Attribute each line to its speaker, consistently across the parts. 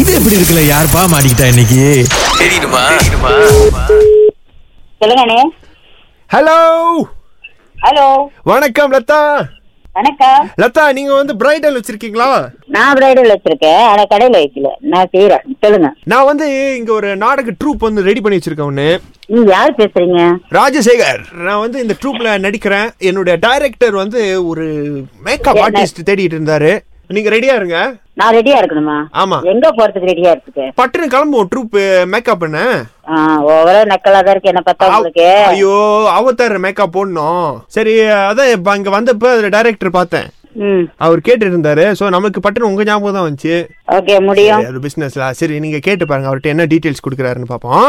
Speaker 1: இது எப்படி இருக்குல்ல யாருப்பா மாட்டிக்கிட்டா இன்னைக்கு
Speaker 2: சொல்லுங்கண்ணே
Speaker 3: ஹலோ
Speaker 2: ஹலோ
Speaker 3: வணக்கம் லதா
Speaker 2: வணக்கம்
Speaker 3: லதா நீங்க வந்து பிரைடல் வச்சிருக்கீங்களா
Speaker 2: நான் பிரைடல் வச்சிருக்கேன் ஆனா கடையில வைக்கல நான் செய்யறேன் சொல்லுங்க
Speaker 3: நான் வந்து இங்க ஒரு நாடக ட்ரூப் வந்து ரெடி பண்ணி வச்சிருக்கேன் ஒன்னு
Speaker 2: நீங்க யார் பேசுறீங்க
Speaker 3: ராஜசேகர் நான் வந்து இந்த ட்ரூப்ல நடிக்கிறேன் என்னுடைய டைரக்டர் வந்து ஒரு மேக்கப் ஆர்டிஸ்ட் தேடிட்டு இருந்தாரு நீங்க ரெடியா இருங்க
Speaker 2: நான் ரெடியா இருக்கணுமா
Speaker 3: ஆமா.
Speaker 2: எங்க போறதுக்கு ரெடியா இருக்கு
Speaker 3: பட்டுன்னு கிளம்புவோம் ட்ரூப் மேக்கப் பண்ண
Speaker 2: ஓவரா நக்கலா தான் இருக்கு என்ன பார்த்தா உங்களுக்கு
Speaker 3: ஐயோ அவதார் மேக்கப் போடணும் சரி அதான் இப்ப அங்க வந்தப்ப அதுல டைரக்டர் பார்த்தேன்
Speaker 2: ம்
Speaker 3: அவர் கேட்டு இருந்தாரு சோ நமக்கு பட்டுன்னு உங்க ஞாபகம் தான் வந்துச்சு
Speaker 2: ஓகே முடியும்
Speaker 3: சரி, அது பிசினஸ்ல சரி நீங்க கேட்டு பாருங்க அவர்கிட்ட என்ன டீடைல்ஸ் கொடுக்குறாருன்னு பாப்போம்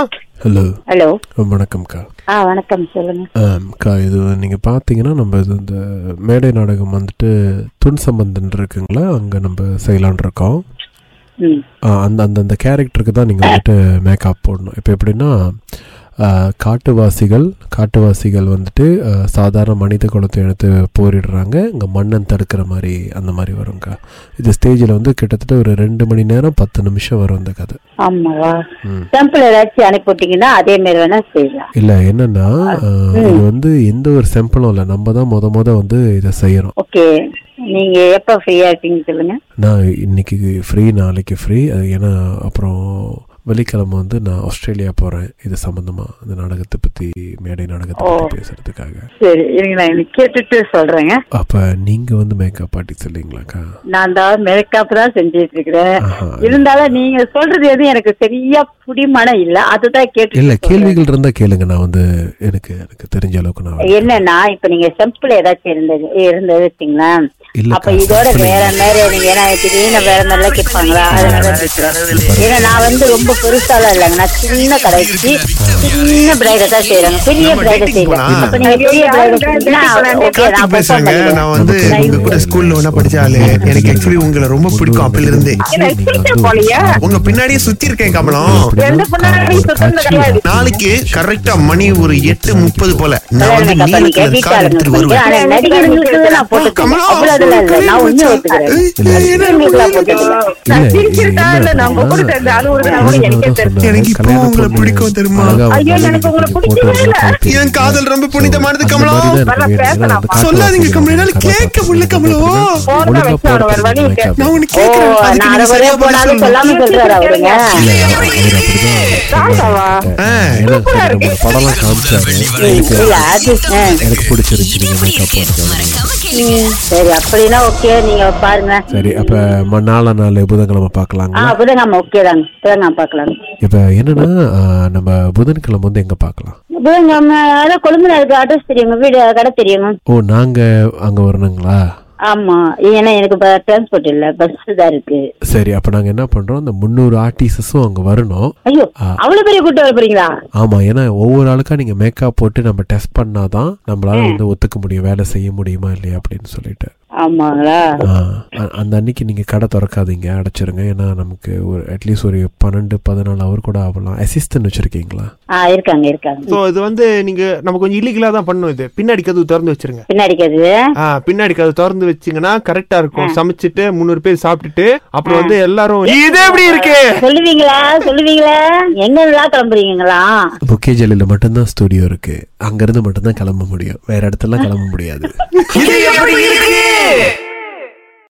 Speaker 1: ஹலோ
Speaker 2: ஹலோ
Speaker 4: வணக்கம்க்கா
Speaker 2: ஆ வணக்கம் சொல்லுங்க
Speaker 4: அக்கா இது நீங்கள் பார்த்தீங்கன்னா நம்ம இது இந்த மேடை நாடகம் வந்துட்டு துண் சம்பந்தன் இருக்குங்களா அங்கே நம்ம செய்யலான் இருக்கோம்
Speaker 2: ம்
Speaker 4: ஆ, அந்த அந்த அந்த கேரக்டருக்கு தான் நீங்கள் வந்துட்டு மேக்கப் போடணும் இப்போ எப்படின்னா ஆ, காட்டுவாசிகள் காட்டுவாசிகள் வந்துட்டு ஆ, சாதாரண மனித குலத்தை எடுத்து போரிடுறாங்க இங்கே மன்னன் தடுக்கிற மாதிரி அந்த மாதிரி வருங்க்கா இது ஸ்டேஜில் வந்து கிட்டத்தட்ட ஒரு ரெண்டு மணி நேரம் பத்து நிமிஷம் வரும் இந்த கதை
Speaker 2: ஆமாவா
Speaker 4: ம்.
Speaker 2: சாம்பிள் ஏதாச்சும் அனுப்பி விட்டீங்கன்னா அதே மாதிரி வேணா செய்யலாம்
Speaker 4: இல்ல என்னன்னா அஹ், இது வந்து எந்த ஒரு சாம்பிளும் இல்ல நம்ம தான் முத முத வந்து இதை செய்யறோம்
Speaker 2: ஓகே நீங்க எப்ப ஃப்ரீயா இருப்பீங்க சொல்லுங்க
Speaker 4: நான் இன்னைக்கு ஃப்ரீ நாளைக்கு ஃப்ரீ ஏன்னா அப்புறம் வெள்ளிக்கிழமை வந்து நான் ஆஸ்திரேலியா போறேன் இது சம்பந்தமா இந்த நாடகத்தை பத்தி மேடை நாடகத்தை பத்தி பேசுறதுக்காக
Speaker 2: சரி இருங்க நான் இன்னைக்கு கேட்டுட்டு சொல்றேங்க
Speaker 4: அப்ப நீங்க வந்து மேக்கப் ஆர்டிஸ்ட் இல்லைங்களாக்கா
Speaker 2: நான் தான் மேக்கப் தான் செஞ்சுட்டு இருக்கிறேன்
Speaker 4: ஆஹா.
Speaker 2: இருந்தாலும் நீங்க சொல்றது எதுவும் எனக்கு சரியா புடிமனம் இல்ல அதுதான் கேட்டு
Speaker 4: இல்ல
Speaker 2: சொல்றேன்.
Speaker 4: கேள்விகள் இருந்தா கேளுங்க நான் வந்து எனக்கு எனக்கு தெரிஞ்ச அளவுக்கு நான் வந்து-
Speaker 2: என்னன்னா இப்ப நீங்க செம்பிள் ஏதாச்சும் இருந்தது இருந்தது வச்சுங்களா
Speaker 4: இல்லக்கா,
Speaker 2: அப்ப இதோட
Speaker 4: simple
Speaker 2: வேற
Speaker 4: இல்ல.
Speaker 2: மாதிரி நீங்க ஏன்னா திடீர்னு வேற மாதிரிலாம் கேட்பாங்களா அதனால கேட்கிறேன். ஏன்னா நான் வந்து ரொம்ப பெருசாலாம் இல்லைங்க நான் சின்ன கடைக்கு சின்ன பிரைட தான் செய்யறேங்க பெரிய பிரைட செய்யறேன்
Speaker 3: போலாம்.
Speaker 2: அப்ப நீங்க பெரிய பிரைட ஓகே நான்
Speaker 1: பேசுறேங்க நான்
Speaker 2: perform
Speaker 1: வந்து
Speaker 4: நமக்கு
Speaker 1: உங்க கூட ஸ்கூல்ல ஒண்ணா படிச்ச ஆளு எனக்கு ஆக்சுவலி உங்களை ரொம்ப பிடிக்கும் அப்பல இருந்தே
Speaker 4: நீங்க வந்து
Speaker 1: உங்க பின்னாடியே சுத்தி இருக்கேன் கமலம்
Speaker 4: கமலம்
Speaker 1: நாளைக்கு கரெக்டா மணி ஒரு எட்டு முப்பது போல நான் வந்து
Speaker 2: பண்ணுவேன்.
Speaker 1: நீல கலர் கார் எடுத்துட்டு
Speaker 2: கேட்டாளுங்களுக்கு
Speaker 1: வருவேன்
Speaker 2: ஆனா நடிகர்களுக்கு நான் போட்டு
Speaker 1: கமலம்
Speaker 2: அவ்வளவு அதெல்லாம் இல்லை நான் ஒண்ணு ஒத்துக்கிறேன் நடிகர்களுக்குலாம் போட்டுக்கிறேன்
Speaker 4: இல்ல, இல்ல, என்னன்னா,
Speaker 1: எனக்கு இப்போ
Speaker 4: கல்யாண
Speaker 1: உங்களை
Speaker 4: பொண்ணு
Speaker 1: பிடிக்கும் தெரியுமா?
Speaker 4: அழகா ஒரு
Speaker 5: ஐயோ,
Speaker 4: நல்ல
Speaker 5: எனக்கு உங்களை
Speaker 4: வீட்டுக்கு
Speaker 5: பிடிக்கவே
Speaker 4: போட்டு
Speaker 5: இல்ல.
Speaker 4: வர்றது
Speaker 1: என் காதல் ரொம்ப புனிதமானது
Speaker 4: அந்த
Speaker 1: கமலம்.
Speaker 4: மாதிரி தான்
Speaker 5: நல்லா
Speaker 4: எனக்கு வேணும். ஏன்னா அந்த
Speaker 5: பேசலாம்.
Speaker 4: காட்டு
Speaker 1: சொல்லாதீங்க
Speaker 4: வாசிகள்
Speaker 1: கமலம், என்னால
Speaker 4: வந்து
Speaker 1: கேட்க
Speaker 4: காட்டு
Speaker 1: முடியல கமலம்.
Speaker 4: வாசிகள் வந்து
Speaker 5: போடுற
Speaker 4: ஒழுங்கா
Speaker 5: வச்சு அவரை ஒரு வழி
Speaker 4: போடுறது
Speaker 5: கேட்க.
Speaker 1: நான் உனக்கு
Speaker 2: ஓ
Speaker 1: கேட்கிறேன் அதுக்கு
Speaker 2: நான்
Speaker 1: நீ
Speaker 2: அரை
Speaker 1: சரியா பதில்
Speaker 2: போனாலும்
Speaker 1: சொல்லு.
Speaker 2: சொல்லாம சொல்றாரு அவருங்க
Speaker 4: இல்ல, அவர் அப்படிதான்
Speaker 5: ராசாவா?
Speaker 4: சொல்லுவாரு. ஏன்னா சரி, நம்ம படம்லாம் காமிச்சாரு. எனக்கு
Speaker 2: இல்ல அது ஆ,
Speaker 4: எனக்கு பிடிச்சிருந்துச்சு நீங்க மேக்கப் போடுறது
Speaker 2: சரி அப்படின்னா ஓகே நீங்க பாருங்க
Speaker 4: சரி அப்ப ம- நாளா நாள் புதன்கிழமை
Speaker 2: ஆ
Speaker 4: பார்க்கலாங்களா
Speaker 2: புதன்கிழமை ஓகே தாங்க புதன்கிழமை பார்க்கலாம்
Speaker 4: இப்ப என்னன்னா ஆஹ், நம்ம புதன்கிழமை வந்து எங்க பார்க்கலாம்
Speaker 2: புதன்கிழமை அதான் கொழும்புல இருக்கு அட்ரஸ் தெரியுங்க வீடு கடை தெரியுங்க
Speaker 4: ஓ நாங்க அங்க வரணுங்களா
Speaker 2: ஆமா ஏன்னா எனக்கு டிரான்ஸ்போர்ட் இல்ல பஸ் தான் இருக்கு
Speaker 4: சரி அப்ப நாங்க என்ன பண்றோம் அந்த முந்நூறு ஆர்டிஸ்டஸும் அங்க வரணும்
Speaker 2: ஐயோ அவ்வளவு பெரிய கூட்டம் வர போறீங்களா
Speaker 4: ஆமா ஏன்னா ஒவ்வொரு ஆளுக்கா நீங்க மேக்கப் போட்டு நம்ம டெஸ்ட் பண்ணாதான் நம்மளால வந்து ஒத்துக்க முடியும் வேலை செய்ய முடியுமா இல்லையா அப்படின்னு சொல்லிட்டு
Speaker 2: ஆமாங்களா
Speaker 4: ஆ, அ- அந்த அன்னைக்கு நீங்க கடை திறக்காதீங்க அடைச்சிருங்க ஏன்னா நமக்கு ஒரு அட்லீஸ்ட் ஒரு பன்னெண்டு பதினாலு அவர் கூட ஆகலாம் அசிஸ்டன்ட் வச்சிருக்கீங்களா
Speaker 2: ஆ இருக்காங்க இருக்காங்க
Speaker 3: ஸோ இது வந்து நீங்க நம்ம கொஞ்சம் இல்லீகலா தான் பண்ணணும் இது பின்னாடி கதவு திறந்து வச்சிருங்க
Speaker 2: பின்னாடி கேது
Speaker 3: ஆ, பின்னாடி கதவு திறந்து வச்சீங்கன்னா கரெக்டா இருக்கும் சமைச்சிட்டு முந்நூறு பேர் சாப்பிட்டுட்டு அப்புறம் வந்து எல்லாரும் இது எப்படி இருக்கு
Speaker 2: சொல்லுவீங்களா சொல்லுவீங்களா எங்க எல்லாம் கிளம்புறீங்களா
Speaker 4: புக்கே ஜெல்லில் மட்டும்தான் ஸ்டுடியோ இருக்கு அங்கிருந்து மட்டும்தான் கிளம்ப முடியும் வேற இடத்துலாம் கிளம்ப முடியாது
Speaker 3: இது எப்படி இருக்கு